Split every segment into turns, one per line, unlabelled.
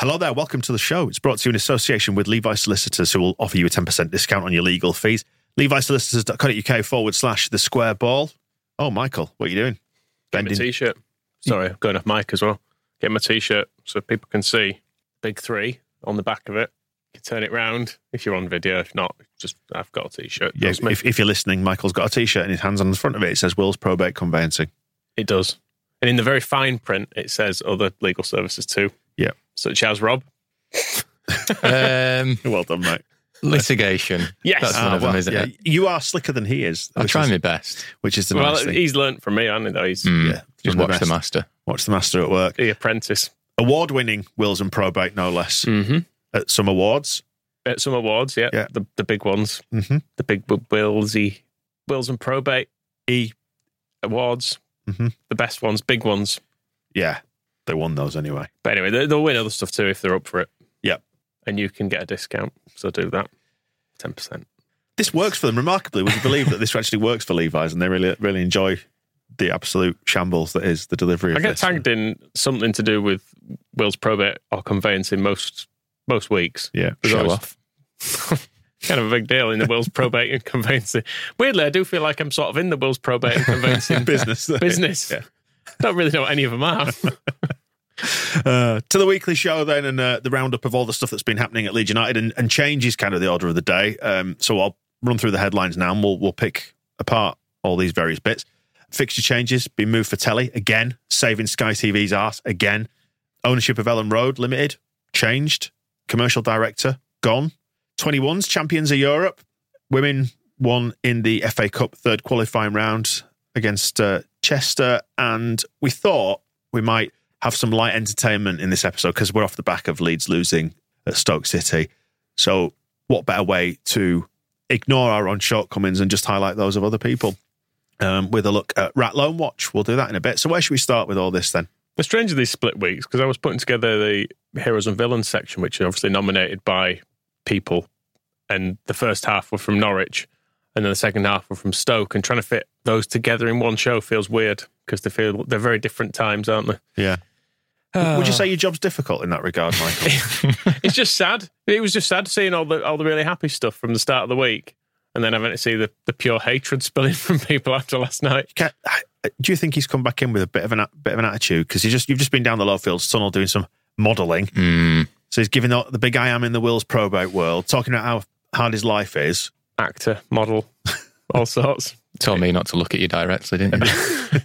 Hello there, welcome to the show. It's brought to you in association with Levi Solicitors, who will offer you a 10% discount on your legal fees. LeviSolicitors.co.uk forward slash the square ball. Oh, Michael, what are you doing?
Get my t-shirt. Sorry, I'm going off mic as well. Get my t-shirt so people can see big three on the back of it. You can turn it round if you're on video. If not, just I've got a t-shirt.
Yeah,
That's me.
if, if you're listening, Michael's got a t shirt in his hands, and on the front of it, it says Will's Probate Conveyancing.
it does. And in the very fine print, it says other legal services too,
Yeah.
such as Rob.
Um,
Well done, mate.
litigation.
Yes.
That's one
Ah,
of them,
well,
isn't
yeah,
it?
You are slicker than he is.
I
which
try
is-
my best.
Which is the
well,
nice thing.
he's learnt from me, hasn't he? Though he's
Mm,
yeah,
Just
one of
watch the
best.
master.
Watch the master at work.
the apprentice.
Award winning wills and probate, no less,
Mm-hmm.
at some awards.
At some awards, yeah,
Yeah.
The, the big ones,
Mm-hmm.
the big w- Willsy, Wills and Probate
E.
awards,
Mhm.
the best ones, big ones.
Yeah, they won those anyway.
But anyway, they- they'll win other stuff too if they're up for it.
Yep.
And you can get a discount. So do that. 10%.
this works for them remarkably. Would you believe that this actually works for Levi's and they really really enjoy the absolute shambles that is the delivery of
I get
this?
tagged in something to do with Will's probate or conveyancing most most weeks.
Yeah,
There's
Show
always-
off.
Kind of a big deal in the Will's probate and conveyancing. Weirdly, I do feel like I'm sort of in the Will's probate and conveyancing
business.
business.
Yeah.
Don't really know what any of them are.
Uh, to the weekly show then, and uh, the roundup of all the stuff that's been happening at Leeds United, and, and change is kind of the order of the day. Um, so I'll run through the headlines now, and we'll we'll pick apart all these various bits. Fixture changes been moved for telly again, saving Sky TV's arse again. Ownership of Ellen Road Limited changed. Commercial director gone. 21s champions of Europe. Women won in the FA Cup third qualifying round against uh, Chester, and we thought we might have some light entertainment in this episode because we're off the back of Leeds losing at Stoke City. So, what better way to ignore our own shortcomings and just highlight those of other people um, with a look at Rat Loan Watch? We'll do that in a bit. So, where should we start with all this then?
It's strange of these split weeks because I was putting together the heroes and villains section, which are obviously nominated by people, and the first half were from Norwich, and then the second half were from Stoke, and trying to fit those together in one show feels weird because they feel they're very different times, aren't they?
Yeah. Would you say your job's difficult in that regard, Michael?
it's just sad? It was just sad seeing all the all the really happy stuff from the start of the week, and then having to see the, the pure hatred spilling from people after last night.
Ca- Do you think he's come back in with a bit of an bit of an attitude because just you've just been down the Lowfields tunnel doing some modelling?
Hmm.
Mm,
So he's giving the, the big I am in the Will's probate world, talking about how hard his life is.
Actor, model, all sorts.
told me not to look at you directly, didn't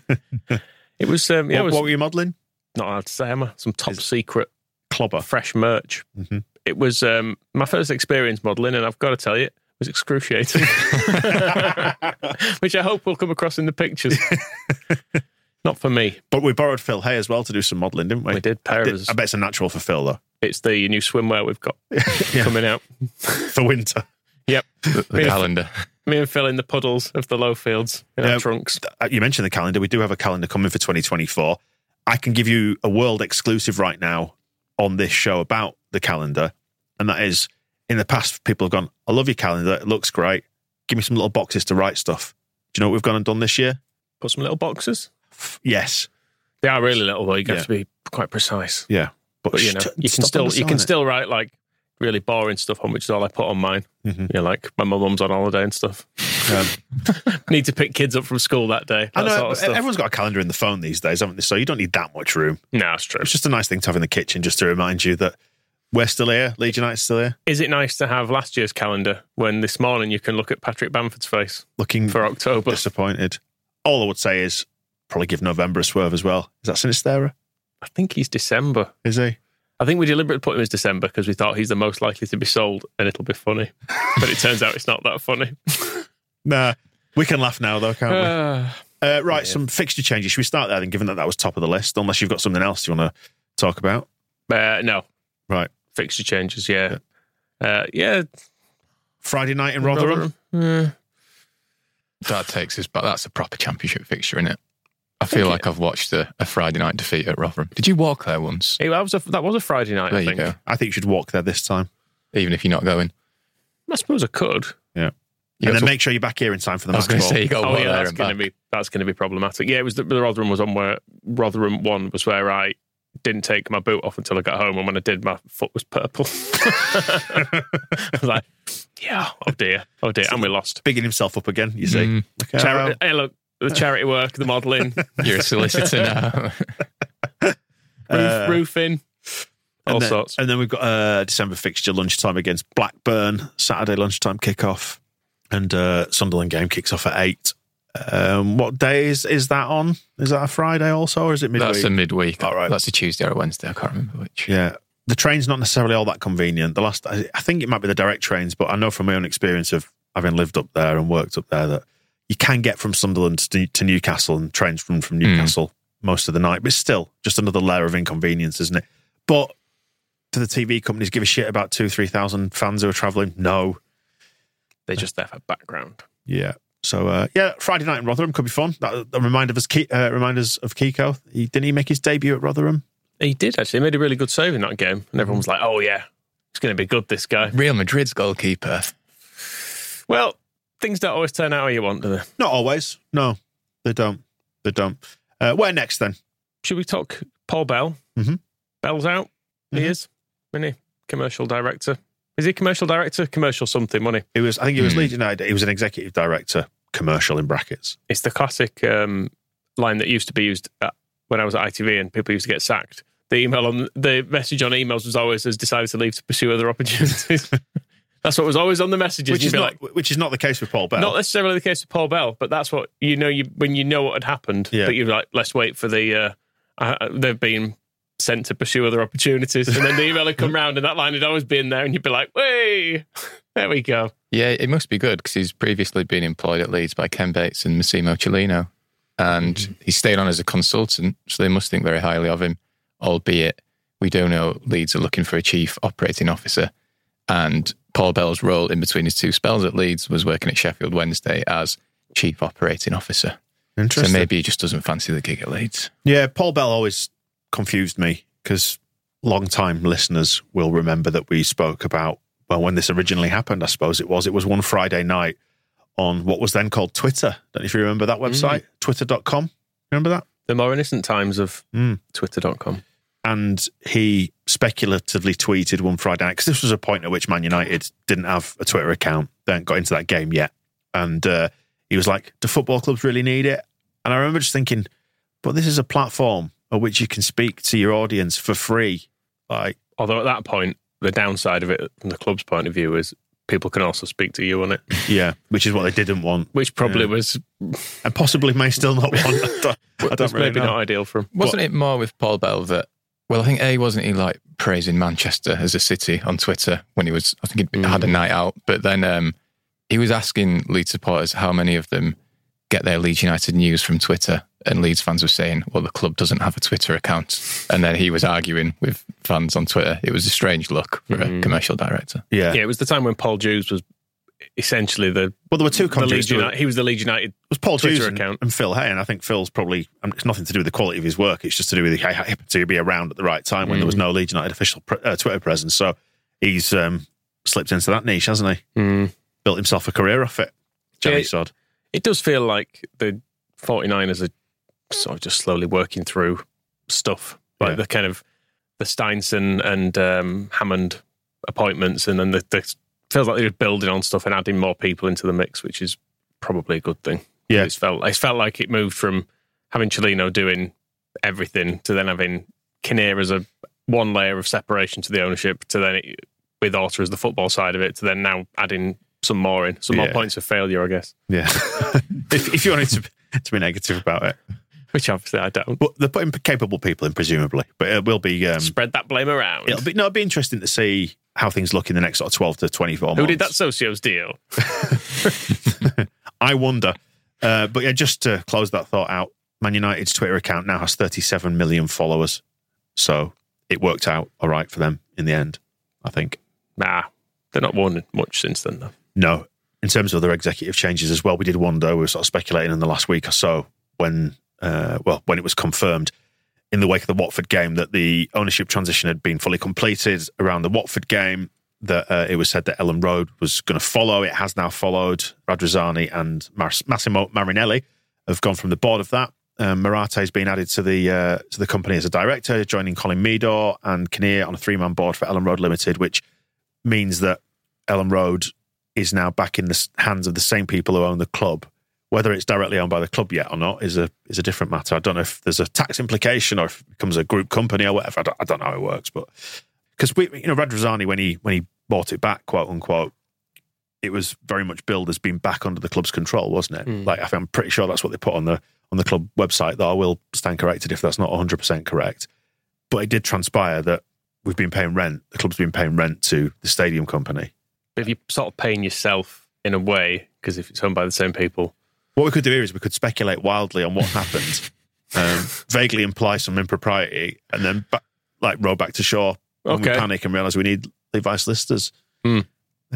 you?
It was um, yeah,
what,
it was
what were you modelling?
not allowed to say, am I? Some top secret
Clobber.
fresh merch.
Mhm.
It was um, my first experience modelling, and I've got to tell you, it was excruciating, which I hope will come across in the pictures. Not for me.
But we borrowed Phil Hay as well to do some modelling, didn't we?
We did, pair of us.
I bet it's a natural for Phil though
It's the new swimwear we've got
Yeah.
coming out.
for winter.
Yep.
The, the
Yeah.
calendar.
Me and Phil in the puddles of the low fields in
Yeah.
our trunks.
Uh, You mentioned the calendar. We do have a calendar coming for 2024. I can give you a world exclusive right now on this show about the calendar, and that is in the past people have gone, "I love your calendar. It looks great. Give me some little boxes to write stuff." Do you know what we've gone and done this year?
Put some little boxes.
Yes.
They are really little though. You
Yeah.
have to be quite precise.
Yeah.
But you
sh-
know,
t-
you can
stop
still you
underselling
can
it.
still write like really boring stuff on which is all I put on mine.
Mhm.
You know, like when my mum's on holiday and stuff. Need to pick kids up from school that day.
I
That
know
sort of
e-
stuff.
everyone's got a calendar in the phone these days, haven't they? So you don't need that much room.
no, it's true.
It's just a nice thing to have in the kitchen, just to remind you that We're still here. Leeds United's still here.
Is it nice to have last year's calendar when this morning you can look at Patrick Bamford's face
Looking
for October?
disappointed. All I would say is probably give November a swerve as well. Is that Sinistera?
I think he's December.
Is he?
I think we deliberately put him as December because we thought he's the most likely to be sold and it'll be funny. But it turns out it's not that funny.
Nah. We can laugh now, though, can't we?
Uh,
Uh, right, some fixture changes. Should we start there then, given that that was top of the list? Unless you've got something else you want to talk about.
uh, no,
Right.
fixture changes, yeah. Uh, yeah,
Friday night in Rotherham.
Yeah.
That takes us back. That's a proper championship fixture, isn't it? I feel like I've watched a, a Friday night defeat at Rotherham. Did you walk there once?
Hey, that was a that was a Friday night.
There
I
you
think.
go.
I think you should walk there this time.
Even if you're not going,
I suppose I could.
you
and
got
then
to,
make sure you're back here in time for the
I was going
match
to
ball.
say you got to
Oh,
walk
yeah,
there
that's
and
going
back.
to be that's going to be problematic. Yeah, it was the, the Rotherham was on where Rotherham one was where I didn't take my boot off until I got home, and when I did, my foot was purple. I was like, yeah, oh dear, oh dear, and we lost.
Bigging himself up again, you see.
Mm,
Look out.
Charity, hey, look, the charity work, the modelling,
you're a solicitor now.
Uh,
roof, roofing,
and
all
then,
sorts.
And then we've got uh, December fixture lunchtime against Blackburn, Saturday lunchtime kickoff, and uh, Sunderland game kicks off at eight. Um, what day is, is that on? Is that a Friday also, or is it midweek?
that's a midweek.
All right.
That's a Tuesday or a Wednesday. I can't remember which.
yeah, the train's not necessarily all that convenient. The last, I I think it might be the direct trains, but I know from my own experience of having lived up there and worked up there that you can get from Sunderland to, to Newcastle and trains from from Newcastle most of the night, but still just another layer of inconvenience, isn't it? But do the TV companies give a shit about two, three thousand fans who are travelling? No.
They're just there for background.
Yeah. So uh, yeah, Friday night in Rotherham could be fun. That, that remind of us, Ki- uh, reminders of Kiko. He, didn't he make his debut at Rotherham?
He did actually. He made a really good save in that game, and everyone was like, "Oh yeah, it's going to be good." This guy.
Real Madrid's goalkeeper.
Well, things don't always turn out how you want, do they?
Not always. No, they don't. They don't. Uh, where next then?
should we talk Paul Bell?
Mhm.
Bell's out. He
Mhm.
is, isn't he? Commercial director. Is he commercial director? Commercial something, money.
He was. I think he was
Hmm.
Leeds United. He was an executive director, commercial in brackets.
It's the classic um, line that used to be used at, when I was at ITV and people used to get sacked. The email on the message on emails was always has decided to leave to pursue other opportunities. that's what was always on the messages.
Which
You'd
is
be
not.
like,
which is not the case with Paul Bell.
not necessarily the case with Paul Bell, but that's what you know. You when you know what had happened,
Yeah.
but you're like, let's wait for the. Uh, uh, they've been sent to pursue other opportunities, and then the email had come round, and that line had always been there, and you'd be like, "Way, there we go."
Yeah, it must be good because he's previously been employed at Leeds by Ken Bates and Massimo Cellino. And he stayed on as a consultant, so they must think very highly of him, albeit we do know Leeds are looking for a chief operating officer. And Paul Bell's role in between his two spells at Leeds was working at Sheffield Wednesday as chief operating officer. So
Interesting.
maybe he just doesn't fancy the gig at Leeds.
Yeah, Paul Bell always confused me because long-time listeners will remember that we spoke about well when this originally happened. I suppose it was. It was one Friday night on what was then called Twitter. Don't know if you remember that website,
Hmm.
Twitter.com. Remember that?
The more innocent times of
Mm.
Twitter.com.
and he speculatively tweeted one Friday night because this was a point at which Man United didn't have a Twitter account. They hadn't got into that game yet, and uh, he was like, "Do football clubs really need it?" And I remember just thinking, "But this is a platform at which you can speak to your audience for free." Like,
Although at that point, the downside of it from the club's point of view is people can also speak to you on it,
yeah, which is what they didn't want,
which probably
Yeah.
was,
and possibly may still not want. I don't, I don't
was
really
maybe
know.
not ideal for 'em.
Wasn't it more with Paul Bell that? Well, I think a wasn't he like praising Manchester as a city on Twitter when he was? I think he'd been- had a night out, but then um, he was asking Leeds supporters how many of them get their Leeds United news from Twitter, and Leeds fans were saying, "Well, the club doesn't have a Twitter account," and then he was arguing with fans on Twitter. It was a strange look for a commercial director.
Yeah.
Yeah, it was the time when Paul Jews was essentially the
well, there were two
the Leeds
countries. It
United, he was the Leeds United
was Paul
Twitter
Jews and,
account.
and Phil Hay, and I think Phil's probably. I mean, it's nothing to do with the quality of his work. It's just to do with he happened to be around at the right time when there was
Mm.
no Leeds United official pr uh, Twitter presence. So he's um, slipped into that niche, hasn't he?
Hmm.
Built himself a career off it. Johnny
Yeah.
Sod.
It does feel like the 49ers are sort of just slowly working through stuff, like
Yeah.
the kind of the Steinson and um, Hammond appointments, and then the, the feels like they're building on stuff and adding more people into the mix, which is probably a good thing.
Yeah.
it's felt it's felt like it moved from having Chelino doing everything to then having Kinnear as a one layer of separation to the ownership to then it, with Alter as the football side of it to then now adding some more in, some
Yeah.
more points of failure, I guess.
Yeah. if, if you wanted to, to be negative about it.
Which obviously I don't.
But they're putting capable people in, presumably. But it will be. Um,
Spread that blame around.
it'll be no, it'll be interesting to see how things look in the next sort of 12 to 24 months.
Who did that socios deal?
I wonder. Uh, but yeah, just to close that thought out, Man United's Twitter account now has 37 million followers. So it worked out all right for them in the end, I think.
Nah, they're not won much since then though.
No, in terms of other executive changes as well, we did wonder. We were sort of speculating in the last week or so when, uh, well, when it was confirmed in the wake of the Watford game that the ownership transition had been fully completed around the Watford game. That uh, it was said that Ellen Road was going to follow. It has now followed. Radrazani and Mas- Massimo Marinelli have gone from the board of that. Um, Marate has been added to the uh, to the company as a director, joining Colin Meador and Kinnear on a three man board for Ellen Road Limited, which means that Ellen Road is now back in the s- hands of the same people who own the club. Whether it's directly owned by the club yet or not is a is a different matter. I don't know if there's a tax implication or if it becomes a group company or whatever. I don't, I don't know how it works, but because we, you know, Radrazani when he when he bought it back, quote unquote, it was very much billed as being back under the club's control, wasn't it? Like I think I'm pretty sure that's what they put on the on the club website. Though I will stand corrected if that's not 100 percent correct. But it did transpire that we've been paying rent. The club's been paying rent to the stadium company.
But if you're sort of paying yourself in a way, because if it's owned by the same people,
What we could do here is we could speculate wildly on what happened, um, vaguely imply some impropriety, and then ba- like row back to shore when we
Okay.
panic and realize we need Levi solicitors.
Hmm.
Uh,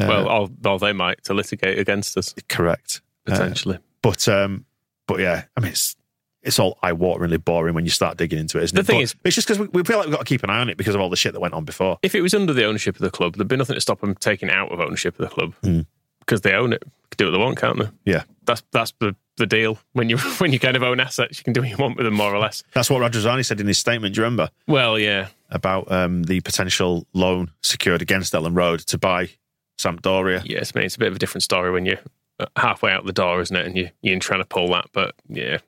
well, or, or they might to litigate against us
correct. Uh,
potentially.
but um, but yeah, I mean it's it's all eye-wateringly boring when you start digging into it, isn't
The
it?
thing
But
is-
it's just because we, we feel like we've got to keep an eye on it because of all the shit that went on before.
if it was under the ownership of the club, there'd be nothing to stop them taking it out of ownership of the club
Mm.
because they own it. They can do what they want, can't they?
Yeah.
That's that's the, the deal. When you when you kind of own assets, you can do what you want with them, more or less.
That's what Radrazani said in his statement. Do you remember?
Well, yeah,
about um, the potential loan secured against Ellen Road to buy Sampdoria.
yes, mate. It's a bit of a different story when you're uh, halfway out the door, isn't it? And you you're trying to pull that, but yeah.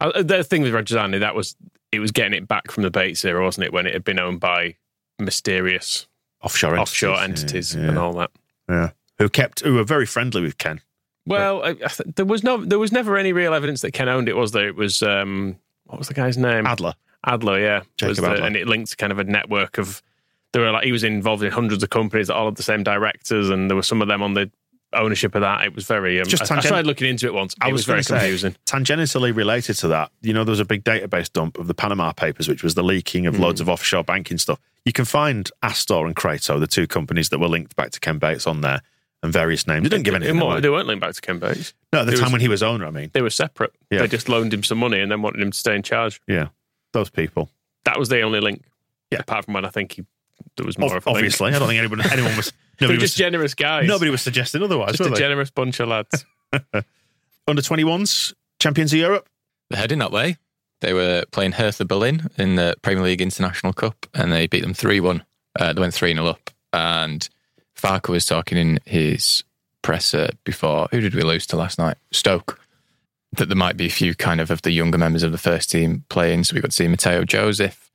Uh, The thing with Reggiani, that was it was getting it back from the Bates era, wasn't it? When it had been owned by mysterious
Offshore entities.
offshore entities
Yeah,
and
yeah.
all that.
Yeah. Who kept, who were very friendly with Ken.
Well, I, I th- there was no, there was never any real evidence that Ken owned it, was there? It was um, what was the guy's name?
Adler.
Adler, yeah,
Jacob
was the-
Adler.
and it linked to kind of a network of. There were like he was involved in hundreds of companies that all had the same directors, and there were some of them on the ownership of that. It was very. Um,
Just
I, I
tangent-
tried looking into it once. I was, very
gonna say,
confusing.
Tangentially related to that, you know, there was a big database dump of the Panama Papers, which was the leaking of
Hmm.
loads of offshore banking stuff. You can find Astor and Krato, the two companies that were linked back to Ken Bates on there, and various names. They didn't give anything
They weren't-
away.
They weren't linked back to Ken Bates.
No, at the
it
time
was-
when he was owner, I mean.
They were separate.
Yeah.
They just loaned him some money and then wanted him to stay in charge.
Yeah. Those people.
That was the only link.
Yeah.
Apart from when I think he, there was more
Ob-
of a link.
obviously. I don't think anyone, anyone was,
They were
nobody, was
just generous guys.
nobody was suggesting otherwise.
just
were
a
they?
generous bunch of lads.
under 21s, champions of Europe.
They're heading that way. They were playing Hertha Berlin in the Premier League International Cup and they beat them 3 1. Uh, they went 3 0 up. And Farker was talking in his presser before. Who did we lose to last night? Stoke. That there might be a few kind of of the younger members of the first team playing. So we got to see Matteo Joseph,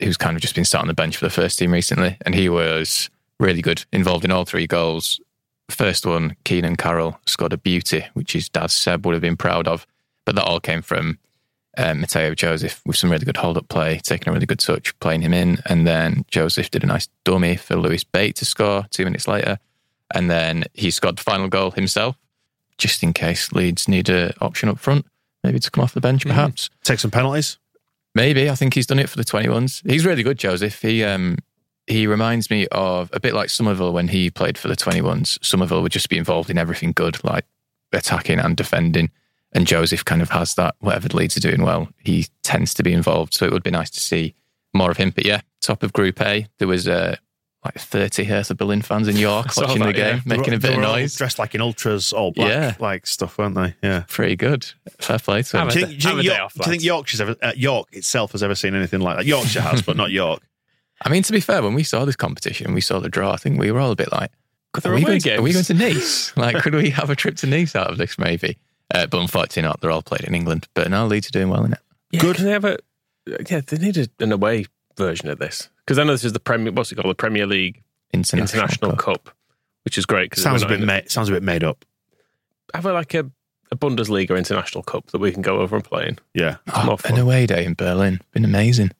who's kind of just been sat on the bench for the first team recently. And he was really good, involved in all three goals. First one, Keenan Carroll scored a beauty, which his dad Seb would have been proud of. But that all came from um, Matteo Joseph with some really good hold up play, taking a really good touch, playing him in. And then Joseph did a nice dummy for Lewis Bate to score two minutes later. And then he scored the final goal himself, just in case Leeds need a option up front, maybe to come off the bench, perhaps.
Take some penalties.
Maybe I think he's done it for the 21s. He's really good, Joseph. He um he reminds me of a bit like Somerville when he played for the 21s. Somerville would just be involved in everything good, like attacking and defending. And Joseph kind of has that. Whatever the Leeds are doing well, he tends to be involved. So it would be nice to see more of him. But yeah, top of Group A, there was uh, like 30 Hertha Berlin fans in York
Saw
watching the
that, yeah.
game, making
They
a
were-
bit
they
of
were all
noise.
Dressed like in ultras, all black,
Yeah.
like stuff, weren't they? Yeah.
Pretty good. Fair play to him.
Have
Do you,
a
think, do you
day
think York,
off,
do you think
lads.
Yorkshire's ever, uh, York itself has ever seen anything like that? Yorkshire has, but not York.
I mean, to be fair, when we saw this competition and we saw the draw, I think we were all a bit like,
There
are
are
we,
away
going to, are we going
games.
to Nice? Like, could we have a trip to Nice out of this, maybe? Uh, but unfortunately not. They're all played in England. But now Leeds are doing well in it.
Yeah,
Good.
Can they have a? Yeah, they need a, an away version of this because I know this is the Premier. What's it called? The Premier League
International,
International
Cup.
Cup, which is great. Cause
Sounds
we're
a
not
bit
in
made, sounds a bit made up.
the- Have a, like a, a Bundesliga International Cup that we can go over and play in.
Yeah,
It's more
Oh, an
fun.
away day in Berlin. Been amazing.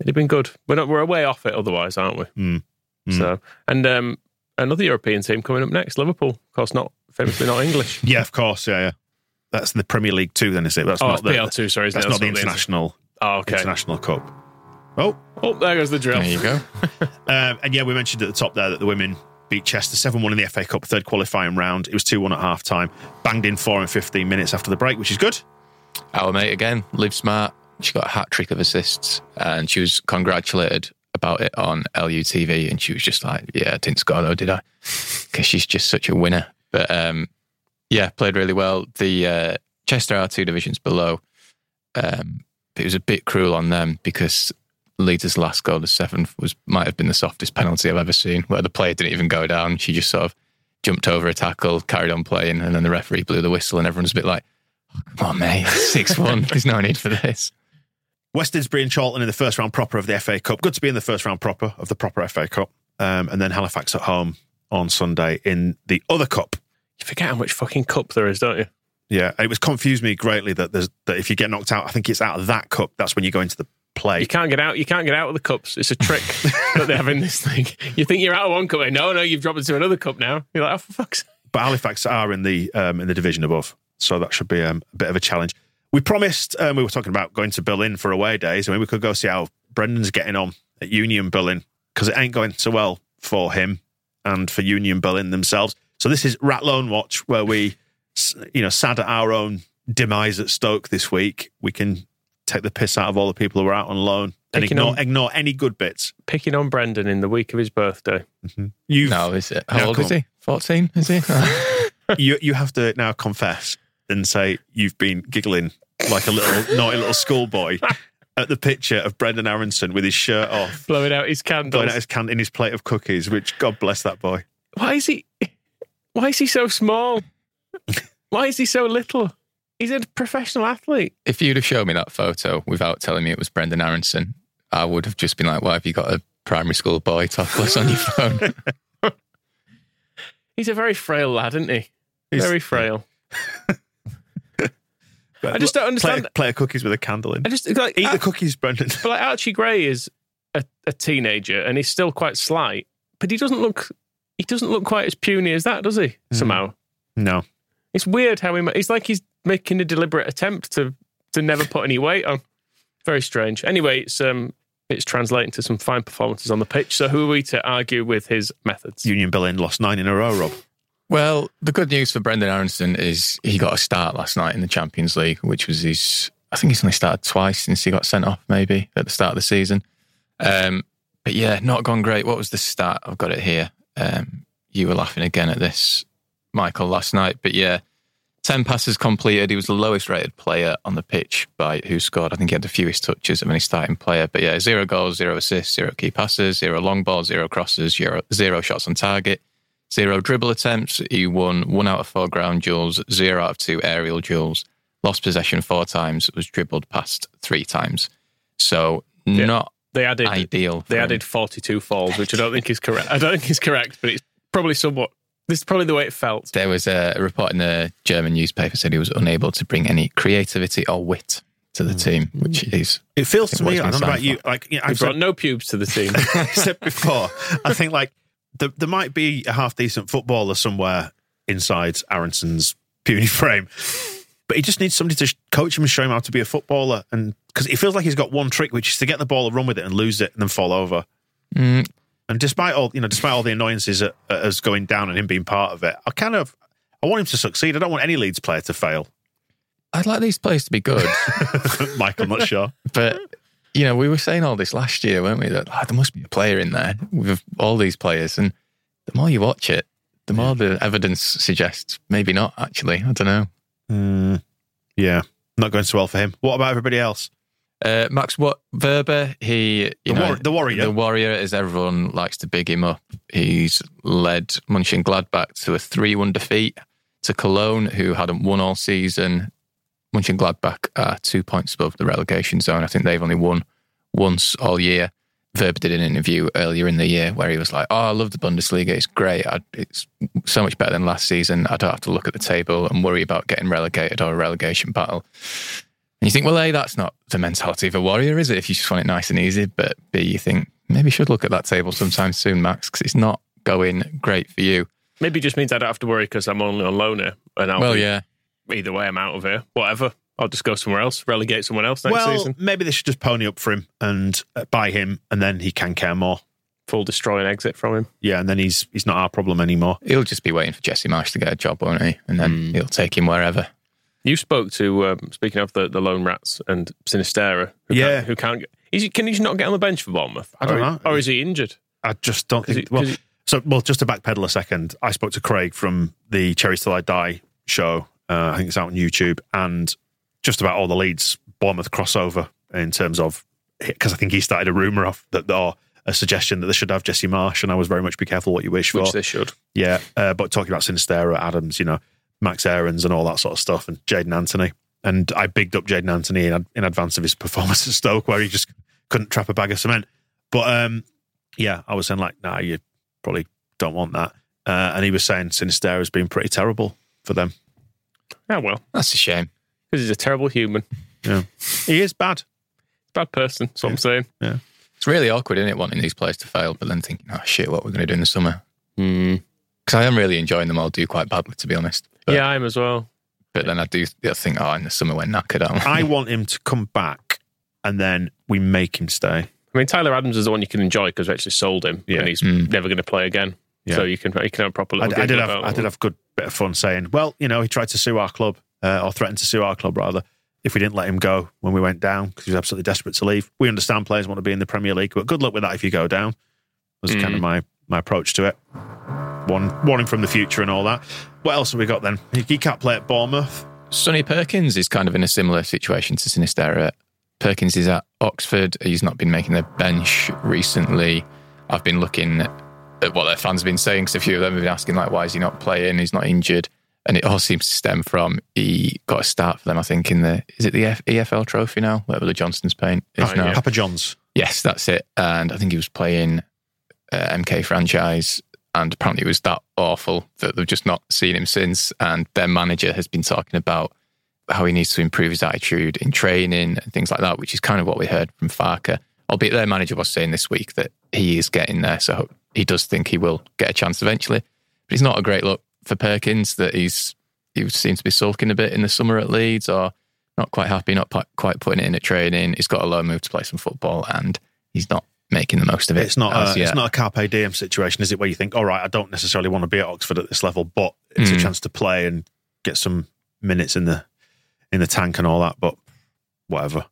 It'd have been good. We're not. We're way off it otherwise, aren't we?
Mm. Mm.
So and um, another European team coming up next, Liverpool. Of course, not famously not English.
yeah, of course, yeah, yeah. That's the Premier League too, then is it? That's
oh,
not
it's
the
PL2. Sorry, isn't
that's
it?
not the international
Oh, okay.
international cup. Oh,
Oh, there goes the drill.
There you go.
Um, and yeah, we mentioned at the top there that the women beat Chester 7 1 in the FA Cup third qualifying round. It was 2 1 at half time. Banged in 4 and 15 minutes after the break, which is good.
Our mate again, Liv Smart. She got a hat trick of assists and she was congratulated about it on LUTV. And she was just like, Yeah, I didn't score though, did I? Because she's just such a winner. But um, yeah, played really well. The uh, Chester are two divisions below. Um, it was a bit cruel on them because Leeds' last goal, the seventh, was might have been the softest penalty I've ever seen, where the player didn't even go down. She just sort of jumped over a tackle, carried on playing, and then the referee blew the whistle, and everyone's a bit like, Come on, Oh, mate. 6 1. There's no need for this.
West Didsbury and Charlton in the first round proper of the FA Cup. Good to be in the first round proper of the proper FA Cup. Um, and then Halifax at home on Sunday in the other cup.
You forget how much fucking cup there is, don't you?
Yeah, and it was confused me greatly that there's that if you get knocked out, I think it's out of that cup. That's when you go into the play.
You can't get out. You can't get out of the cups. It's a trick that they have in this thing. You think you're out of one cup. and No, no, you've dropped into another cup now. You're like, oh, for fuck's sake.
but Halifax are in the um, in the division above, so that should be um, a bit of a challenge. We promised um, we were talking about going to Berlin for away days. I mean, we could go see how Brendan's getting on at Union Berlin because it ain't going so well for him and for Union Berlin themselves. So this is Rat Loan Watch, where we, s- you know, sad at our own demise at Stoke this week. We can take the piss out of all the people who are out on loan and
Taking
ignore
on-
ignore any good bits.
Picking on Brendan in the week of his birthday.
You've
No, is it? How
No,
old
come
is he? 14, is he?
you you have to now confess and say you've been giggling like a little naughty little schoolboy at the picture of Brendan Aronson with his shirt off,
Blowing out his candles.
blowing out his can in his plate of cookies. Which God bless that boy.
why is he? Why is he so small? why is he so little? He's a professional athlete.
if you'd have shown me that photo without telling me it was Brendan Aronson, I would have just been like, why have you got a primary school boy topless on your phone?
He's a very frail lad, isn't he?
He's-
very frail.
But
I just don't understand.
Plate, plate of cookies with a candle in.
I just like,
Eat
I-
the cookies, Brendan.
But like Archie Gray is a, a teenager and he's still quite slight, but he doesn't look he doesn't look quite as puny as that, does he? Somehow
No,
it's weird how he ma- it's like he's making a deliberate attempt to to never put any weight on. Very strange. Anyway, it's um it's translating to some fine performances on the pitch. So who are we to argue with his methods?
Union Berlin lost nine in a row. Rob,
well, the good news for Brendan Aronson is he got a start last night in the Champions League, which was his, I think he's only started twice since he got sent off, maybe at the start of the season. Um, but yeah, not gone great. What was the stat? I've got it here. Um, you were laughing again at this, Michael, last night. But yeah, 10 passes completed. He was the lowest rated player on the pitch by who scored. I think he had the fewest touches of any starting player. But yeah, zero goals, zero assists, zero key passes, zero long balls, zero crosses, zero, zero shots on target, zero dribble attempts. He won one out of four ground duels, zero out of two aerial duels, lost possession four times, was dribbled past three times. So not
They added
ideal.
they
for him.
added forty two falls, which I don't think is correct. I don't think is correct, but it's probably somewhat this is probably the way it felt.
There was a a report in the German newspaper said he was unable to bring any creativity or wit to the team, which is
it feels
It
to me.
was
I don't know about
Brendan.
you. Like you know,
He
I've said-
brought no pubes to the team.
I said before, I think like there, there might be a half decent footballer somewhere inside Aronson's puny frame, but he just needs somebody to sh- coach him and show him how to be a footballer. And because it feels like he's got one trick, which is to get the ball and run with it and lose it and then fall over.
Mm.
And despite all you know, despite all the annoyances at, at us going down and him being part of it, I kind of I want him to succeed. I don't want any Leeds player to fail.
I'd like these players to be good,
Mike, I'm not sure.
but you know we were saying all this last year, weren't we? That "Ah, there must be a player in there with all these players, and the more you watch it, the more the evidence suggests maybe not. Actually, I don't know.
Mm, yeah, not going so well for him. What about everybody else?
Uh, Max what Verber, he
The,
you know,
war- the warrior.
The warrior, as everyone likes to big him up, he's led Munchen Gladbach to a 3 1 defeat to Cologne, who hadn't won all season. Munchen Gladbach are two points above the relegation zone. I think they've only won once all year. Verb did an interview earlier in the year where he was like, "Oh, I love the Bundesliga. It's great. I, it's so much better than last season. I don't have to look at the table and worry about getting relegated or a relegation battle." And you think, well, A, that's not the mentality of a warrior, is it? If you just want it nice and easy. But B, you think maybe you should look at that table sometime soon, Max, because it's not going great for you.
Maybe it just means I don't have to worry because I'm only on loan here. And I'll
well,
be-
yeah.
either way, I'm out of here. Whatever. I'll just go somewhere else, relegate someone else next
well,
season.
maybe they should just pony up for him and uh, buy him, and then he can care more.
Full destroy and exit from him.
Yeah, and then he's he's not our problem anymore.
He'll just be waiting for Jesse Marsh to get a job, won't he? And then
Hmm.
he'll take him wherever.
You spoke to, um, speaking of the, the Lone Rats and Sinistera, who
Yeah.
can't, who can't get, is he, can he not get on the bench for Bournemouth?
I don't
or,
know.
Or is he injured?
I just don't
'Cause
think.
it-
well,
'cause it-
so well, just to backpedal a second, I spoke to Craig from the Cherries Till I Die show. Uh, I think it's out on YouTube, and just about all the leads Bournemouth crossover in terms of because I think he started a rumor of that or a suggestion that they should have Jesse Marsh, and I was very much be careful what you wish for.
Which they should.
Yeah, uh, but talking about Sinistera, Adams, you know, Max Aarons and all that sort of stuff, and Jaden Anthony. And I bigged up Jaden Anthony in, in advance of his performance at Stoke, where he just couldn't trap a bag of cement. But um, yeah, I was saying like, nah, you probably don't want that. Uh, and he was saying Sinistera has been pretty terrible for them.
Yeah, Ah, well,
That's a shame.
because he's a terrible human.
He is bad.
Bad person, that's what I'm saying.
It's really awkward, isn't it, wanting these players to fail, but then thinking, oh, shit, what we're going to do in the summer?
Hmm,
Because I am really enjoying them all do quite badly, to be honest. But,
Yeah, I'm as well.
But then I do I think, oh, in the summer we're knackered, aren't we?
I want him to come back, and then we make him stay.
I mean, Tyler Adams is the one you can enjoy because we actually sold him
Yeah. Hmm.
and he's
Mm.
never going to play again.
Yeah.
So you can you can have a proper
I,
little
I
giggle
did have
about
I did have good bit of fun saying, well, you know, he tried to sue our club uh, or threatened to sue our club rather if we didn't let him go when we went down because he was absolutely desperate to leave. We understand players want to be in the Premier League, but good luck with that if you go down. Was
Mm.
kind of my my approach to it. One warning from the future and all that. What else have we got then? He, he can't play at Bournemouth.
Sonny Perkins is kind of in a similar situation to Sinistera. Perkins is at Oxford. He's not been making the bench recently. I've been looking at what their fans have been saying because a few of them have been asking, like, why is he not playing? He's not injured. And it all seems to stem from he got a start for them, I think, in the, is it the E F- EFL trophy now? Whatever the Johnston's playing is
Oh,
now.
Yeah.
Papa John's.
Yes, that's it. And I think he was playing uh, MK franchise, and apparently it was that awful that they've just not seen him since. And their manager has been talking about how he needs to improve his attitude in training and things like that, which is kind of what we heard from Farker. Albeit their manager was saying this week that he is getting there, so he does think he will get a chance eventually. But it's not a great look for Perkins that he's he seems to be sulking a bit in the summer at Leeds or not quite happy, not pu- quite putting it in at training. He's got a low move to play some football and he's not making the most of it.
It's not
as
a,
yet.
it's not a carpe diem situation, is it? Where you think, all right, I don't necessarily want to be at Oxford at this level, but it's a
Mm.
chance to play and get some minutes in the in the tank and all that. But whatever.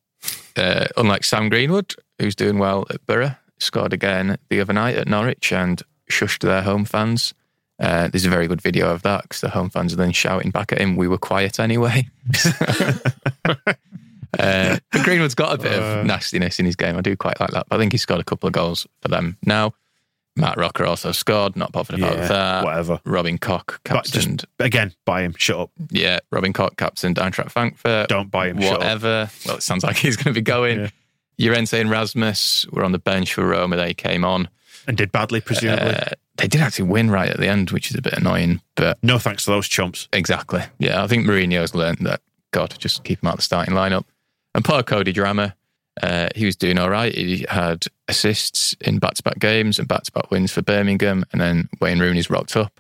uh, unlike Sam Greenwood, who's doing well at Borough, scored again the other night at Norwich and shushed their home fans. Uh, there's a very good video of that because the home fans are then shouting back at him, "We were quiet anyway." uh, but Greenwood's got a bit
Uh.
of nastiness in his game. I do quite like that. But I think he scored a couple of goals for them now. Matt Rocker also scored. Not bothered about
Yeah,
that.
whatever.
Robin Koch
But just-
captained.
Again, buy him. Shut up.
yeah, Robin Koch captained Eintracht Frankfurt.
Don't buy him. Shut up.
Whatever. Well, it sounds like he's going to be going.
Yeah.
Llorente and Rasmus were on the bench for Roma. They came on.
And did badly, presumably.
Uh, they did actually win right at the end, which is a bit annoying. But
no thanks to those chumps.
exactly. Yeah, I think Mourinho's learned that, God, just keep him out of the starting lineup. And poor Cody Drama, uh, he was doing all right. He had assists in back to back games and back to back wins for Birmingham. And then Wayne Rooney's rocked up.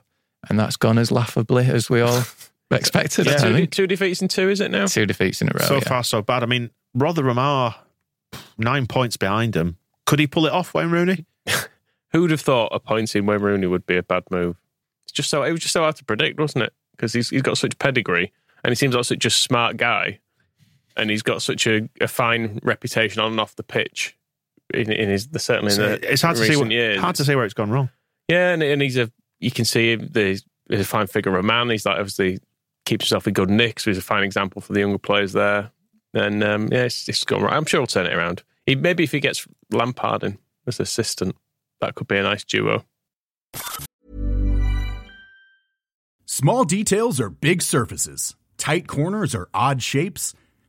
And that's gone as laughably as we all expected, I
yeah. two,
think.
two defeats and two, is it now?
Two defeats in a row.
so
yeah.
far, so bad. I mean, Rotherham are nine points behind him. Could he pull it off, Wayne Rooney?
Who'd have thought appointing Wayne Rooney would be a bad move? It's just so it was just so hard to predict, wasn't it? Because he's he's got such pedigree and he seems like such a smart guy, and he's got such a, a fine reputation on and off the pitch. In, in his the, certainly in the
it's hard to see.
uh, recent
What,
years.
hard to see where it's gone wrong.
yeah, and, and he's a you can see him. that He's, he's a fine figure of a man. He's like obviously keeps himself in good nick, so he's a fine example for the younger players there. And um, yeah, it's, it's gone right. I'm sure he'll turn it around. He, maybe if he gets Lampard in as assistant, that could be a nice duo.
Small details are big surfaces. Tight corners are odd shapes.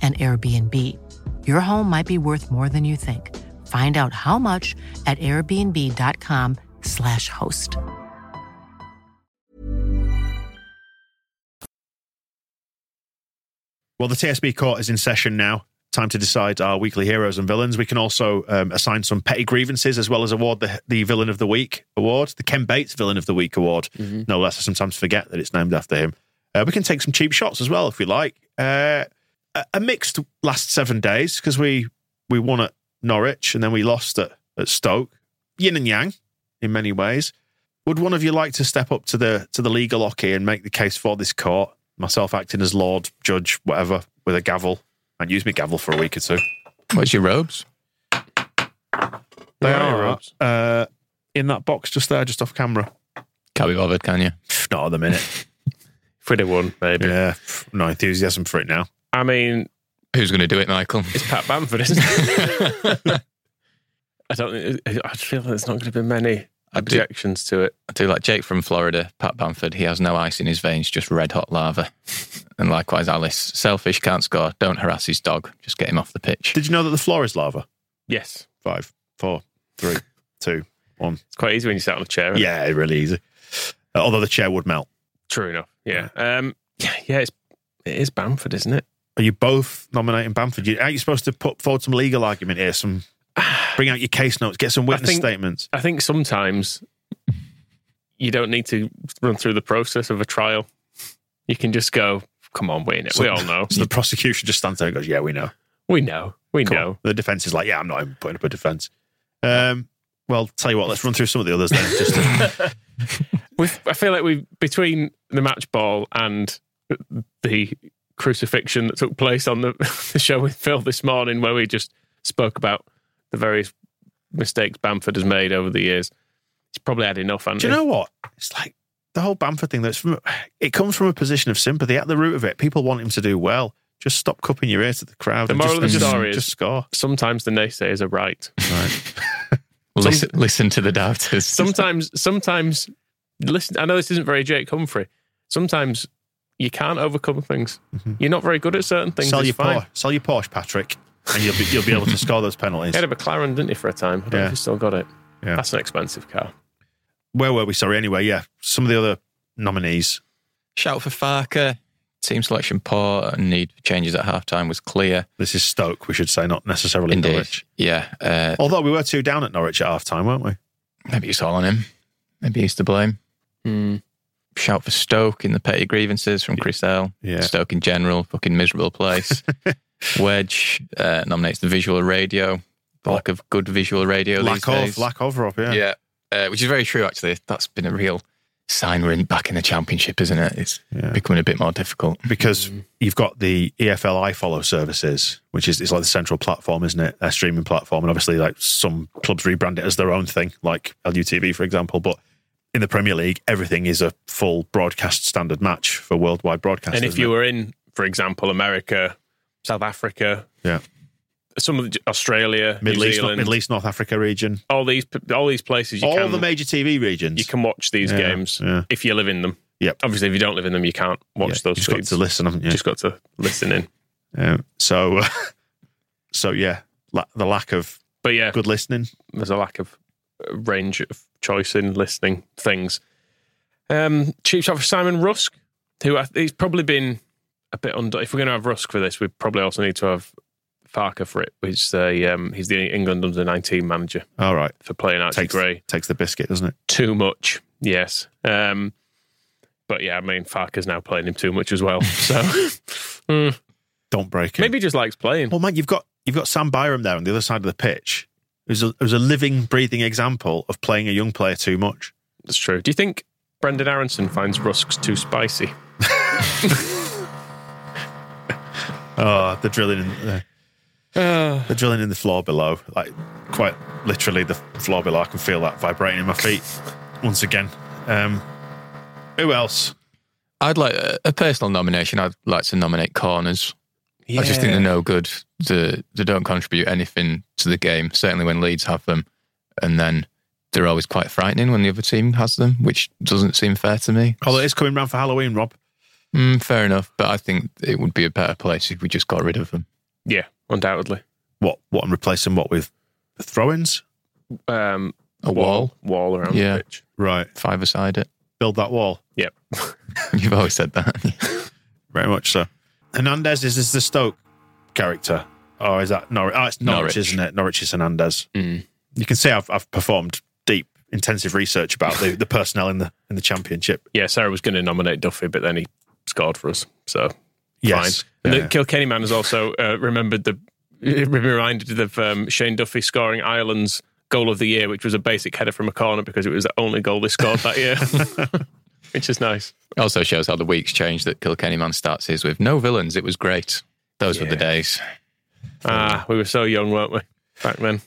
an Airbnb. Your home might be worth more than you think. Find out how much at airbnb.com/slash host.
Well, the TSB court is in session now. Time to decide our weekly heroes and villains. We can also um, assign some petty grievances as well as award the, the Villain of the Week award, the Ken Bates Villain of the Week award. No less, I sometimes forget that it's named after him. Uh, we can take some cheap shots as well if we like. Uh, a, a mixed last seven days because we we won at Norwich and then we lost at, at Stoke. Yin and yang in many ways. Would one of you like to step up to the to the legal hockey and make the case for this court? Myself acting as Lord, Judge, whatever, with a gavel, and use me gavel for a week or two.
What's your robes?
They
Right,
are
Robs.
uh, in that box just there, just off camera.
Can't be bothered, can you?
Not at the minute.
If we'd have won, maybe.
yeah, no enthusiasm for it now.
I mean,
Who's going to do it, Michael?
it's Pat Bamford, isn't it? I don't. think- I feel like there's not going to be many
I do-
objections to it.
I do like Jake from Florida, Pat Bamford. He has no ice in his veins, just red hot lava. and likewise, Alice, selfish, can't score. Don't harass his dog. Just get him off the pitch.
Did you know that the floor is lava?
Yes,
Five, four, three, two, one.
it's quite easy when you sit on a chair. isn't it?
Yeah, really easy. Uh, Although the chair would melt.
true enough. Yeah, um, yeah, yeah. It's it is Bamford, isn't it?
Are you both nominating Bamford? You, aren't you supposed to put forward some legal argument here? Some bring out your case notes, get some witness
think-
statements.
I think sometimes you don't need to run through the process of a trial. You can just go, "Come on, we know. we all know.
So the prosecution just stands there and goes, "Yeah, we know."
We know. We
Come
know."
on. The defense is like, "Yeah, I'm not even putting up a defense." Um, well, tell you what, let's run through some of the others then. Just to-
We've, I feel like we between the match ball and the crucifixion that took place on the, the show with Phil this morning, where we just spoke about the various mistakes Bamford has made over the years. He's probably had enough, hasn't
do you
he?
know what? It's like the whole Bamford thing. That's from it comes from a position of sympathy at the root of it. People want him to do well. Just stop cupping your ear to the crowd.
The
and
moral
just,
of the
just-
story is-
just score.
Sometimes the naysayers are right.
listen, listen to the doubters.
Sometimes, sometimes, listen. I know this isn't very Jake Humphrey. Sometimes you can't overcome things. You're not very good at certain things.
Mm-hmm. Sell
it's
your
fine.
Porsche, sell your Porsche, Patrick, and you'll be you'll be able to score those penalties.
You had a McLaren, didn't you, for a time? I don't know
Yeah.
if you still got it.
Yeah.
That's an expensive car.
where were we? Sorry. Anyway, yeah, some of the other nominees.
Shout for Farker. Team selection poor. Need for changes at halftime was clear.
This is Stoke. We should say not necessarily
Indeed.
Norwich.
Yeah. Uh,
Although we were two down at Norwich at half time, weren't we?
maybe it's all on him. Maybe he's to blame.
Hmm.
Shout for Stoke in the petty grievances from Chris L.
Yeah.
Stoke in general, fucking miserable place. Wedge uh, nominates the visual radio. Lack of good visual radio.
lack
these
of,
days.
lack of Rob. Yeah.
Yeah, uh, which is very true. Actually, that's been a real sign we're in, back in the championship, isn't it? It's becoming a bit more difficult.
Because
Mm.
you've got the E EFL iFollow services, which is it's like the central platform, isn't it? A streaming platform, and obviously like some clubs rebrand it as their own thing, like LUTV, for example. But in the Premier League, everything is a full broadcast standard match for worldwide broadcast.
and if
isn't
you
it?
were in, for example, America, South Africa,
yeah,
some of the, Australia,
Middle
New
East,
Zealand,
Middle East, North Africa region,
all these all these places. You
all
can,
the major TV regions.
you can watch these
Yeah,
games
yeah.
if you live in them.
Yep.
Obviously, if you don't live in them, you can't watch
Yeah,
those.
You've got
feeds.
to listen, haven't you?
Just got to listen in.
Yeah. So, uh, so yeah, la- the lack of
But yeah,
good listening.
there's a lack of uh, range of choice in listening things. Um, Chief shot for Simon Rusk, who I, he's probably been a bit under. If we're going to have Rusk for this, we probably also need to have Farker for it, which the um, he's the England under 19 manager
All right,
for playing Archie
takes
Gray.
takes the biscuit, doesn't it?
Too much, yes. Um, but yeah, I mean Farker's now playing him too much as well. So Hmm.
Don't break it.
maybe he just likes playing.
Well, man, you've got you've got Sam Byram there on the other side of the pitch. Who's a, who's a living, breathing example of playing a young player too much.
That's true. Do you think Brendan Aronson finds Rusks too spicy?
Oh, the drilling in the, the drilling in the floor below, like quite literally the floor below. I can feel that vibrating in my feet once again. Um, who else?
I'd like a a personal nomination. I'd like to nominate corners. I just think they're no good. The they don't contribute anything to the game. Certainly when Leeds have them, and then they're always quite frightening when the other team has them, which doesn't seem fair to me.
Although it is Oh, coming round for Halloween, Rob.
Mm, fair enough, but I think it would be a better place if we just got rid of them.
Yeah, undoubtedly.
What? What? And replacing what with throw-ins?
um,
A wall,
wall around
Yeah.
the pitch.
Right.
five aside it.
Build that wall.
Yep.
You've always said that.
Very much so. Hernandez is this the Stoke character, or is that Norwich? Oh, it's Norwich,
Norwich.
isn't it? Norwich is Hernandez.
Mm.
You can see I've, I've performed deep, intensive research about the, the personnel in the in the championship.
Yeah, Sarah was going to nominate Duffy, but then he scored for us. So
Yes.
fine. And
Yeah.
the Kilkenny man has also uh, remembered the reminded of um, Shane Duffy scoring Ireland's goal of the year, which was a basic header from a corner because it was the only goal they scored that year, which is nice.
also shows how the weeks change that Kilkenny man starts his with no villains. It was great. Those were the days.
Ah, we were so young, weren't we, back then?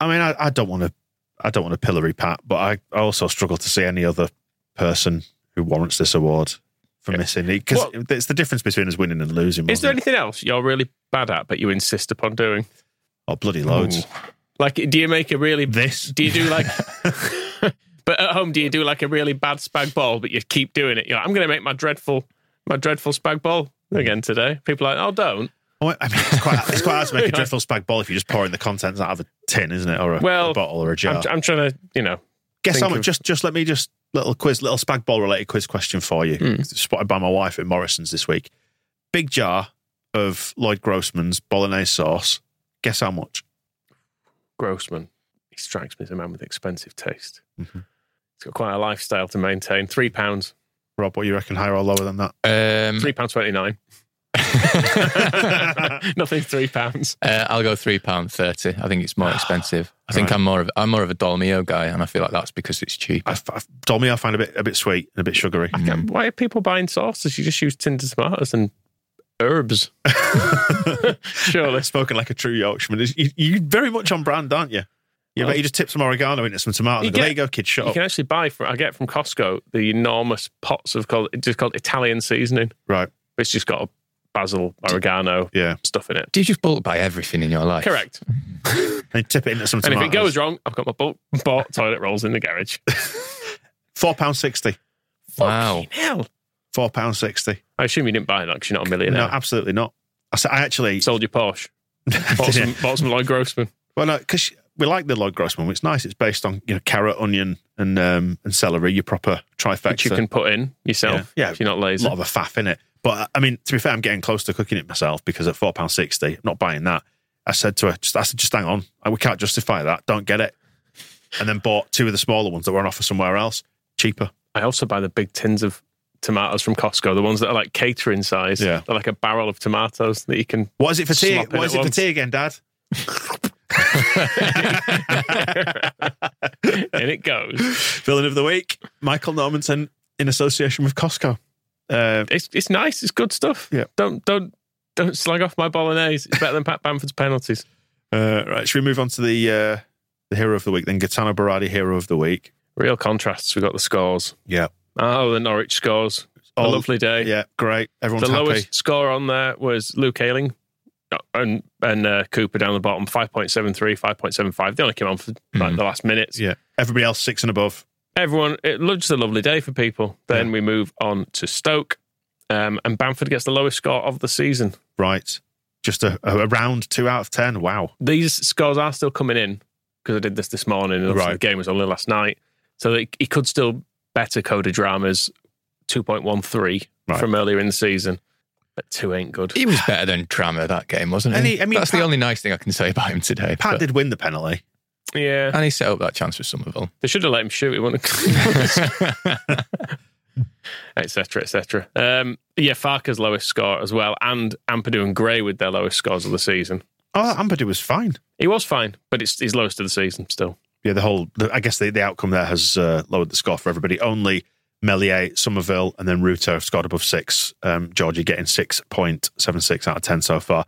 I mean, I, I don't want to, I don't want to pillory Pat, but I, I also struggle to see any other person who warrants this award for missing because
Well-
it's the difference between us winning and losing.
Is there
wasn't it?
anything else you're really bad at, but you insist upon doing?
Oh, bloody loads!
Like, do you make a really
This
Do you do like? but at home, do you do like a really bad spag ball, but you keep doing it? You're like, I'm going to make my dreadful, my dreadful spag ball again today. People are like, oh, don't.
Oh, I mean, it's quite, it's quite hard to make a dreadful spag ball if you're just pouring the contents out of a tin, isn't it, or a,
Well,
a bottle or a jar?
I'm, I'm trying to, you know,
Guess
think
how much?
of-
Just, just let me just little quiz, little spag ball related quiz question for you. It's Spotted by my wife at Morrison's this week. Big jar of Lloyd Grossman's bolognese sauce. Guess how much?
Grossman. He strikes me as a man with expensive taste. He's got quite a lifestyle to maintain. Three pounds,
Rob, what do you reckon? Higher or lower than that?
Um,
three pounds twenty nine. Nothing's three pounds.
Uh, I'll go three pound thirty. I think it's more
Ah,
expensive. I think
Right.
I'm more of I'm more of a Dolmio guy, and I feel like that's because it's cheap.
I, f- I f- Dolmy, I find a bit, a bit sweet and a bit sugary.
I can't- Why are people buying sauces? You just use tinned tomatoes and herbs. Surely.
Spoken like a true Yorkshireman. Is- You, you're very much on brand, aren't you? You, bet you just tip some oregano into some tomatoes.
You
and go,
get-
there you go, kid. Shut
you
up.
can actually buy from I get from Costco the enormous pots of called it's just called Italian seasoning.
Right.
It's just got basil, oregano
Yeah.
stuff in it.
Do you just bulk buy everything in your life?
Correct.
And tip it into some
And
tomatoes.
if it goes wrong, I've got my bulk bought toilet rolls in the garage.
Four pound sixty.
Wow.
Fucking Hell.
Four pound sixty.
I assume you didn't buy that because you're not a millionaire.
No, absolutely not. I, s- I actually
Sold your Porsche. Bought some, bought some Lloyd Grossman.
well, no, because we like the Lloyd Grossman. It's nice. It's based on you know carrot, onion, and um, and celery. Your proper trifecta.
Which you can put in yourself
Yeah. Yeah.
if you're not
a
lazy.
lot of a faff in it. But I mean, to be fair, I'm getting close to cooking it myself because at four pound sixty, I'm not buying that. I said to her, just, I said, just hang on, we can't justify that. Don't get it. And then bought two of the smaller ones that were on offer somewhere else, cheaper.
I also buy the big tins of tomatoes from Costco, the ones that are like catering size.
Yeah.
They're like a barrel of tomatoes that you can
What is it for tea?
Slop in
What
at
is it for
once.
tea again, Dad?
and it goes.
Villain of the week, Michael Normanton, in association with Costco. Uh,
it's it's nice. It's good stuff.
Yeah.
Don't don't don't slag off my bolognese. It's better than Pat Bamford's penalties.
uh, right, should we move on to the uh, the hero of the week then? Gaetano Barardi, hero of the week.
Real contrasts. We got the scores.
Yeah,
Oh, the Norwich scores. A lovely day.
Oh, Yeah, great.
the
Everyone's happy.
lowest score on there was Luke Ayling and and uh, Cooper down the bottom, 5.73, 5.75. They only came on for like
Hmm.
Mhm.
the last minutes.
Yeah. Everybody else six and above.
Everyone, it looks a lovely day for people. Then we move on to Stoke, um, and Bamford gets the lowest score of the season.
Right. Just a, a round two out of ten. Wow.
These scores are still coming in because I did this this morning, and obviously
Right.
the game was only last night, so it, it could still better Coda Dramas 2.13
Right.
from earlier in the season. But two ain't good.
He was better than Drama that game, wasn't he?
And he- I mean,
That's
Pat-
the only nice thing I can say about him today.
Pat
but-
did win the penalty.
Yeah,
and he set up that chance for Somerville.
they should have let him shoot. It wouldn't. etc., etc. Um, yeah, Farker's lowest score as well, and Ampadu and Gray with their lowest scores of the season.
Oh, Ampadu was fine.
He was fine, but it's his lowest of the season still.
Yeah, the whole. The, I guess the, the outcome there has uh, lowered the score for everybody. Only Melier, Somerville, and then Ruto have scored above six. Um, Georgie getting six point seven six out of ten so far.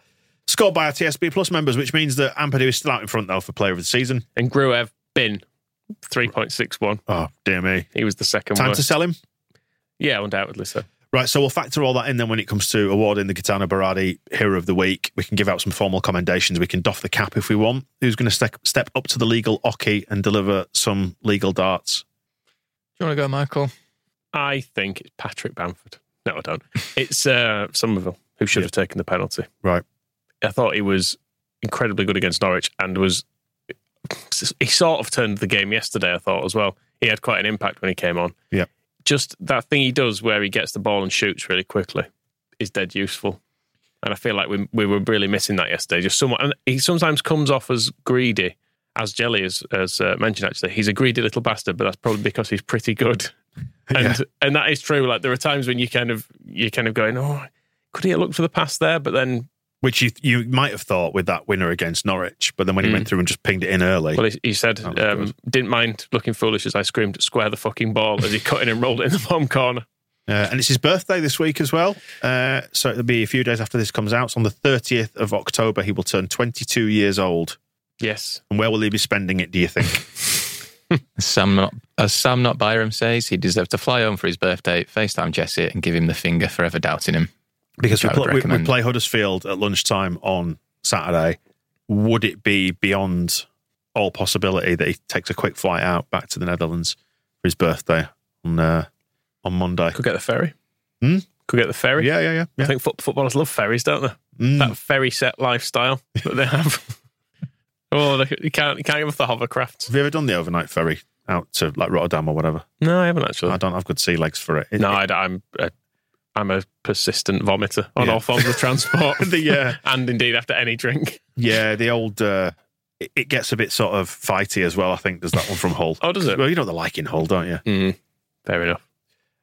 Scored by our TSB Plus members, which means that Ampadu is still out in front though for Player of the Season.
And Gruev bin three point six one.
Oh dear me!
He was the second
Time
worst.
to sell him.
yeah, undoubtedly so.
Right, so we'll factor all that in then when it comes to awarding the Katana Barati Hero of the Week. We can give out some formal commendations. We can doff the cap if we want. Who's going to step, step up to the legal Oki and deliver some legal darts?
Do you want to go, Michael?
I think it's Patrick Bamford. No, I don't. It's uh, Somerville who should have taken the penalty.
Right.
I thought he was incredibly good against Norwich and was he sort of turned the game yesterday. I thought as well. He had quite an impact when he came on.
Yeah.
Just that thing he does where he gets the ball and shoots really quickly is dead useful. And I feel like we we were really missing that yesterday. Just someone, and he sometimes comes off as greedy, as Jelly as as uh, mentioned. Actually, he's a greedy little bastard, but that's probably because he's pretty good. And and that is true. Like there are times when you kind of you're kind of going, oh, could he have looked for the pass there? But then
Which you you might have thought with that winner against Norwich, but then when he
Hmm.
went through and just pinged it in early.
Well, he, he said,
That was
um, didn't mind looking foolish as I screamed, square the fucking ball as he cut in and rolled it in the bottom corner.
Uh, and it's his birthday this week as well. Uh, so it'll be a few days after this comes out. So on the 30th of October, he will turn 22 years old.
Yes.
And where will he be spending it, do you think?
Sam not, as Sam Not Byram says, he deserves to fly home for his birthday, FaceTime Jesse, and give him the finger for ever doubting him.
Because we,
Which I
pl-
would
we, we
recommend.
play Huddersfield at lunchtime on Saturday. Would it be beyond all possibility that he takes a quick flight out back to the Netherlands for his birthday on uh, on Monday?
Could get the ferry.
Hmm?
Could get the
Yeah,
ferry.
yeah, yeah. yeah.
I think foot- footballers love ferries, don't they?
Mm.
That ferry set lifestyle that they have. oh, look, you can't, you can't give off the hovercraft.
Have you ever done the overnight ferry out to like Rotterdam or whatever?
No, I haven't actually.
I don't have good sea legs for it. It-
no, I, am a, I'm a persistent vomiter on
Yeah.
all forms of transport.
The, uh,
and indeed after any drink.
Yeah, the old. Uh, it- it gets a bit sort of fighty as well. I think there's that one from Hull.
Oh, does it?
Well, you know the like in Hull, don't you?
Mm, fair enough.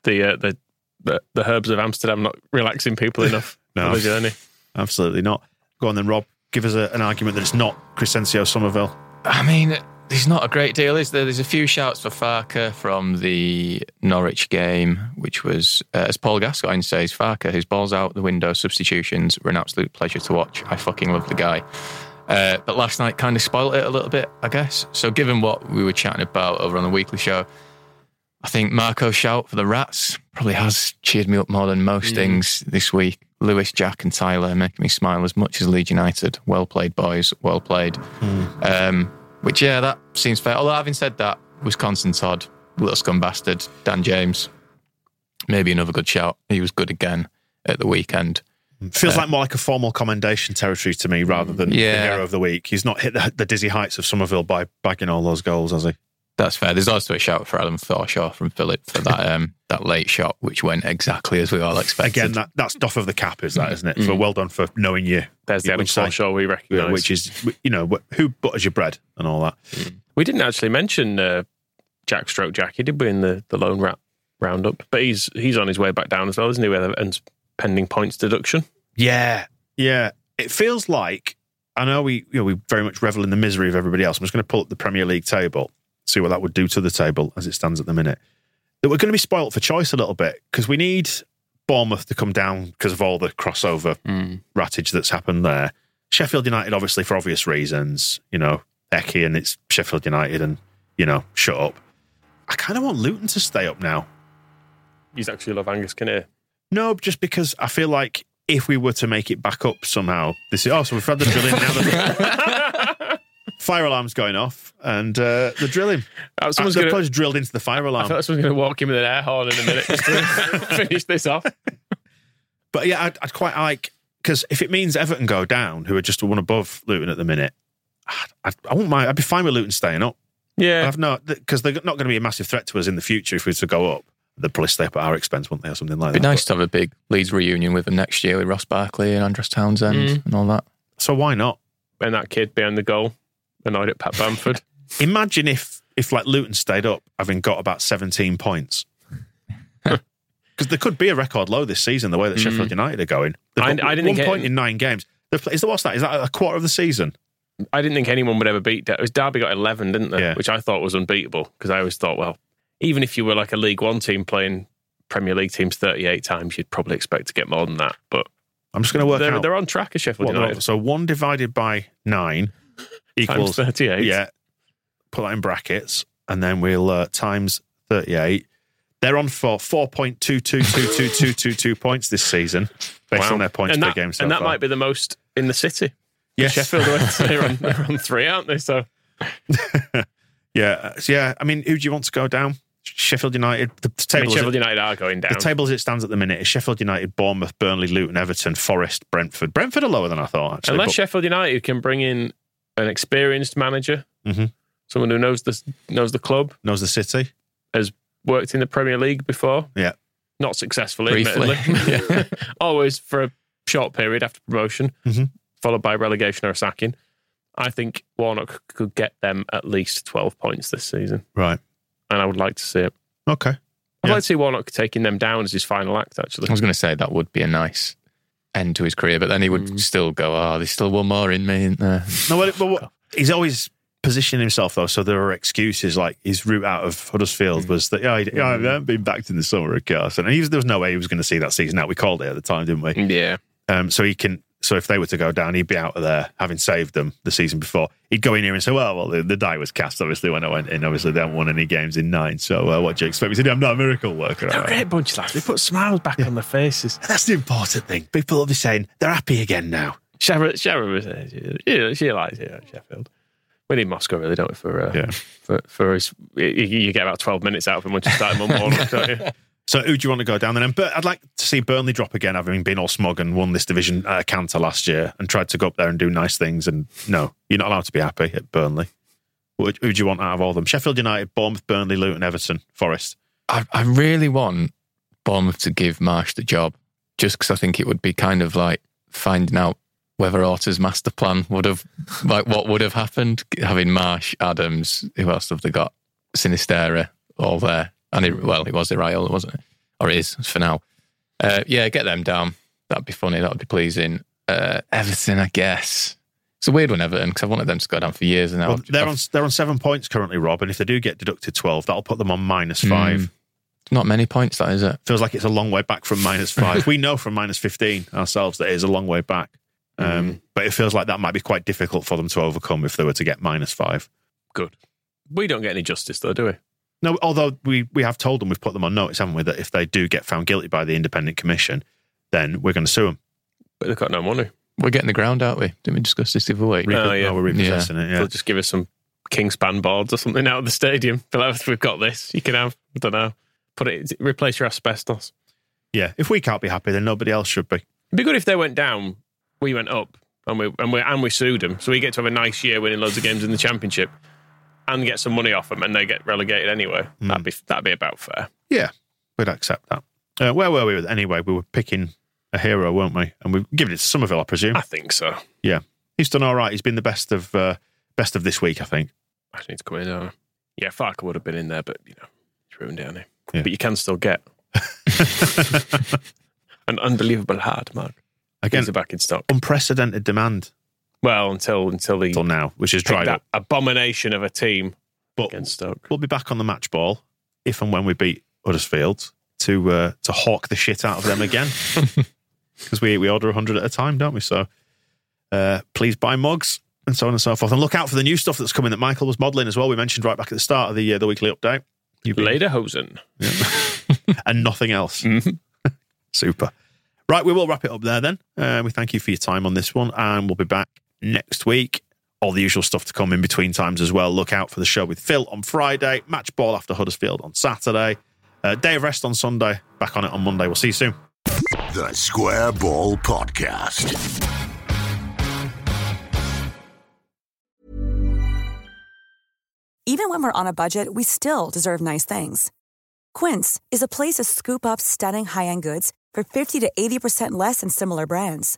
The, uh, the the the herbs of Amsterdam not relaxing people enough
No.
for the journey.
Absolutely not. Go on then, Rob. Give us a, an argument that it's not Crescencio Somerville.
I mean, there's not a great deal, is there? There's a few shouts for Farker from the Norwich game, which was, uh, as Paul Gascoigne says, Farker, whose balls out the window substitutions were an absolute pleasure to watch. I fucking love the guy. Uh, but last night kind of spoilt it a little bit, I guess. So, given what we were chatting about over on the weekly show, I think Marco's shout for the Rats probably has cheered me up more than most things this week. Lewis, Jack, and Tyler are making me smile as much as Leeds United. Well played, boys. Well played. Um, which, yeah, that seems fair. Although, having said that, Wisconsin Todd, little scum bastard, Dan James, maybe another good shout. He was good again at the weekend.
Feels like more like a formal commendation territory to me rather than
Yeah.
the hero of the week. He's not hit the, the dizzy heights of Somerville by bagging all those goals, has he?
That's fair. There's also a shout for Adam Thorshaw from Philip for that um, that late shot, which went exactly as we all expected.
Again, that, that's doff of the cap, is that, isn't it? For well done for knowing you,
Hmm. There's the
Yeah,
Adam
which side?
Shaw we recognise.
which is you know wh- who butters your bread and all that.
we didn't actually mention uh, Jack Stroke Jackie, did we? In the the lone rat roundup, but he's he's on his way back down as well, isn't he? With a- and pending points deduction.
Yeah, yeah. It feels like I know we you know, we very much revel in the misery of everybody else. I'm just going to pull up the Premier League table, see what that would do to the table as it stands at the minute. That we're going to be spoilt for choice a little bit because we need Bournemouth to come down because of all the crossover rattage that's happened there. Sheffield United, obviously, for obvious reasons, you know, Ecky and it's Sheffield United and, you know, shut up. I kind of want Luton to stay up now.
He's actually love Angus Kinnear.
No, just because I feel like if we were to make it back up somehow, this is oh, so we've had the drilling now. the- fire alarm's going off, and uh, the drilling.
Uh, someone's
the
gonna-
plugs drilled into the fire
I
alarm.
thought someone's going to walk in with an air horn in a minute just to finish this off.
But yeah, I'd, I'd quite like because if it means Everton go down, who are just one above Luton at the minute, I'd, I'd, I wouldn't mind. I'd be fine with Luton staying up.
Yeah.
I've no because they're not going to be a massive threat to us in the future if we were to go up. They'd probably stay up at our expense, wouldn't they, or something like
It'd be
that.
nice to have a big Leeds reunion with them next year with Ross Barkley and Andros Townsend
Mm.
and all that.
But- so why not?
And that kid behind the goal, annoyed at Pat Bamford.
Imagine if if like Luton stayed up, having got about seventeen points. Because there could be a record low this season, the way that Sheffield United are going. They've
Mm. I-
got
I didn't
one
get-
point in nine games. They've pla- Is that what's that? Is that a quarter of the season?
I didn't think anyone would ever beat Derby. It was Derby got 11, didn't they?
Yeah.
Which I thought was unbeatable because I always thought, well, even if you were like a League One team playing Premier League teams 38 times, you'd probably expect to get more than that. But
I'm just going to work
they're,
out.
they're on track as Sheffield
what they're
United.
on. so one divided by nine equals
Times 38.
Yeah. Put that in brackets, and then we'll uh, times thirty-eight. They're on for four point two two two two two two two points this season, based on their points
and
per
that,
game. So
and that
far.
might be the most in the city.
Yes.
Sheffield United, they're, on, they're on three, aren't they? So
yeah, uh, so yeah. I mean, who do you want to go down? Sheffield United. The the
I
table,
mean,
is-
Sheffield United are going down.
the table as it stands at the minute is Sheffield United, Bournemouth, Burnley, Luton, Everton, Forest, Brentford. Brentford are lower than I thought. Actually,
Unless
but-
Sheffield United can bring in an experienced manager,
Mhm.
someone who knows the knows the club,
knows the city.
worked in the Premier League before.
Yeah.
not successfully,
Briefly.
admittedly. Always for a short period after promotion,
Mhm.
followed by relegation or a sacking. I think Warnock could get them at least twelve points this season,
Right.
and I would like to see it.
Okay.
I'd
Yeah.
like to see Warnock taking them down as his final act. Actually,
I was going to say that would be a nice end to his career, but then he would
Mm.
still go, oh, there's still one more in me, isn't there?
No, well, but what, he's always positioning himself though, so there are excuses. Like his route out of
Mm.
Huddersfield was that yeah, he, yeah, I haven't been backed in the summer of course, and he was, there was no way he was going to see that season out. We called it at the time, didn't we?
yeah,
Um, so he can. So if they were to go down, he'd be out of there, having saved them the season before. He'd go in here and say, "Well, well, the, the die was cast. Obviously, when I went in, obviously they haven't won any games in nine. So uh, what do you expect me to do? I'm not a miracle worker.
they're
am
a
I?"
great bunch of lads. They put smiles back on their faces.
That's the important thing. People will be saying they're happy again now.
Sharon, Sharon was uh, she, she likes it at Sheffield. We need Moscow really, don't we? For uh,
Yeah.
for, for his, you, you get about twelve minutes out of him once you start him on Warnock, don't you?
So who do you want to go down then? And Bur- I'd like to see Burnley drop again, having been all smug and won this division uh, counter last year and tried to go up there and do nice things. And no, you're not allowed to be happy at Burnley. Who, who do you want out of all of them? Sheffield United, Bournemouth, Burnley, Luton, Everton, Forest.
I, I really want Bournemouth to give Marsh the job just because I think it would be kind of like finding out whether Orta's master plan would have, like, what would have happened having Marsh, Adams, who else have they got? Sinistera, all there. And it, well, it was Iraola, wasn't it? Or it is for now. Uh, yeah, get them down. That'd be funny. That'd be pleasing. Uh, Everton, I guess. It's a weird one, Everton, because I've wanted them to go down for years and now.
Well,
I've-
they're
I've-
on they're on seven points currently, Rob. And if they do get deducted twelve, that'll put them on minus
Hmm.
five.
Mm. Not many points, that is it?
Feels like it's a long way back from minus five. we know from minus fifteen ourselves that it is a long way back.
Hmm.
Um, But it feels like that might be quite difficult for them to overcome if they were to get minus five.
Good. We don't get any justice though, do we?
No, although we, we have told them, we've put them on notice, haven't we, that if they do get found guilty by the independent commission, then we're going to sue them.
But they've got no money.
We're getting the ground, aren't we? Didn't we discuss this the other
Uh,
week?
Re- Oh, yeah.
we're repossessing it. Yeah.
They'll just give us some kingspan boards or something out of the stadium. Be like, we've got this. You can have. I don't know. Put it. Replace your asbestos.
yeah. If we can't be happy, then nobody else should be.
It'd be good if they went down. We went up, and we and we and we sued them. So we get to have a nice year, winning loads of games in the championship, and get some money off them, and they get relegated anyway.
Hmm.
That'd be that'd be about fair.
Yeah. We'd accept that. Uh, where were we with Anyway, we were picking a hero, weren't we? And we've given it to Somerville, I presume.
I think so.
yeah. He's done all right. He's been the best of uh, best of this week, I think.
I just need to come in. Uh, yeah, Farker would have been in there, but you know, it's ruined down here.
Yeah.
But you can still get an unbelievable hard mark.
Again,
These are back in stock.
unprecedented demand
Well, until until the
till now, which has dried
that
up.
abomination of a team
But
against Stoke.
we'll be back on the match ball if and when we beat Huddersfield to uh, to hawk the shit out of them again because we we order hundred at a time, don't we? So uh, please buy mugs and so on and so forth, and look out for the new stuff that's coming that Michael was modelling as well. We mentioned right back at the start of the uh, the weekly update. You've been-
Lederhosen.
and nothing else. Super. Right, we will wrap it up there then. Uh, we thank you for your time on this one, and we'll be back next week. All the usual stuff to come in between times as well. Look out for the show with Phil on Friday, match ball after Huddersfield on Saturday, uh, day of rest on Sunday, back on it on Monday. We'll see you soon.
The Square Ball Podcast.
Even when we're on a budget, we still deserve nice things. Quince is a place to scoop up stunning high end goods for 50 to 80% less than similar brands.